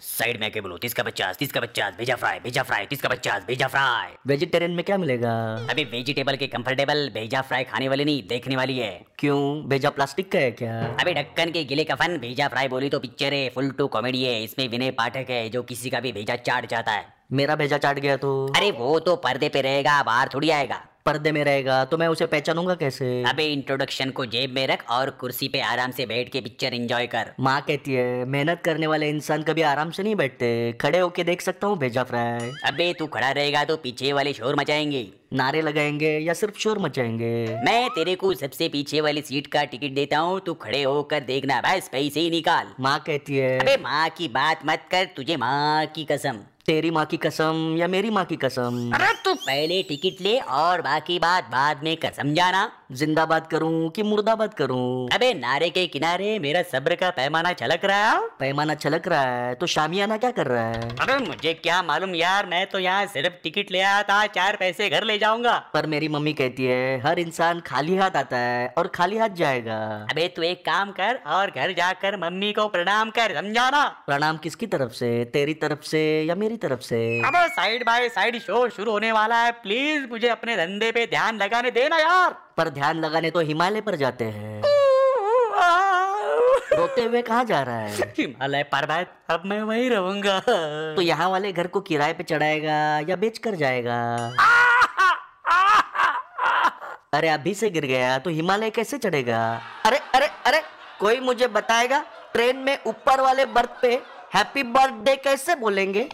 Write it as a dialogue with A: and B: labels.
A: side में आके बोलो तीस का पचास तीस का पचास भेजा फ्राई भेजा फ्राई तीस का पचास भेजा फ्राई
B: वेजिटेरियन में क्या मिलेगा
A: अभी वेजिटेबल के कंफर्टेबल भेजा फ्राई खाने वाली नहीं देखने वाली है
B: क्यों भेजा प्लास्टिक का है क्या
A: अभी ढक्कन के गिले कफन भेजा फ्राई बोली तो पिक्चर है फुल टू कॉमेडी है इसमें विनय पाठक है जो किसी का भी भेजा चाट जाता है
B: मेरा भेजा चाट गया तो
A: अरे वो तो पर्दे पे रहेगा बाहर थोड़ी आएगा
B: पर्दे में रहेगा तो मैं उसे पहचानूंगा कैसे
A: अबे इंट्रोडक्शन को जेब में रख और कुर्सी पे आराम से बैठ के पिक्चर एंजॉय कर
B: माँ कहती है मेहनत करने वाले इंसान कभी आराम से नहीं बैठते खड़े होके देख सकता हूँ भेजा फ्राई
A: अबे तू खड़ा रहेगा तो पीछे वाले शोर मचाएंगे
B: नारे लगाएंगे या सिर्फ शोर मचाएंगे
A: मैं तेरे को सबसे पीछे वाली सीट का टिकट देता हूँ तू खड़े होकर देखना बस पैसे ही निकाल
B: माँ कहती है
A: अबे माँ की बात मत कर तुझे माँ की कसम
B: तेरी माँ की कसम या मेरी माँ की कसम
A: अरे तू पहले टिकट ले और बाकी बात बाद में कर समझाना
B: जिंदाबाद करूं कि मुर्दाबाद करूं
A: अबे नारे के किनारे मेरा सब्र का पैमाना छलक रहा है
B: पैमाना छलक रहा है तो शामियाना क्या कर रहा है
A: अबे मुझे क्या मालूम यार मैं तो यहाँ सिर्फ टिकट ले आया था चार पैसे घर ले जाऊंगा
B: पर मेरी मम्मी कहती है हर इंसान खाली हाथ आता है और खाली हाथ जाएगा
A: अबे तू एक काम कर और घर जाकर मम्मी को प्रणाम कर समझाना
B: प्रणाम किसकी तरफ से तेरी तरफ से या मेरी तरफ से
A: अबे साइड बाय साइड शो शुरू होने वाला है प्लीज मुझे अपने धंधे पे ध्यान लगाने देना यार
B: पर ध्यान लगाने तो हिमालय पर जाते हैं रोते हुए कहाँ जा रहा है
A: हिमालय पर्वत अब मैं वहीं रहूंगा
B: तो यहाँ वाले घर को किराए पे चढ़ाएगा या बेच कर जाएगा अरे अभी से गिर गया तो हिमालय कैसे चढ़ेगा अरे अरे अरे कोई मुझे बताएगा ट्रेन में ऊपर वाले बर्थ पे हैप्पी बर्थडे कैसे बोलेंगे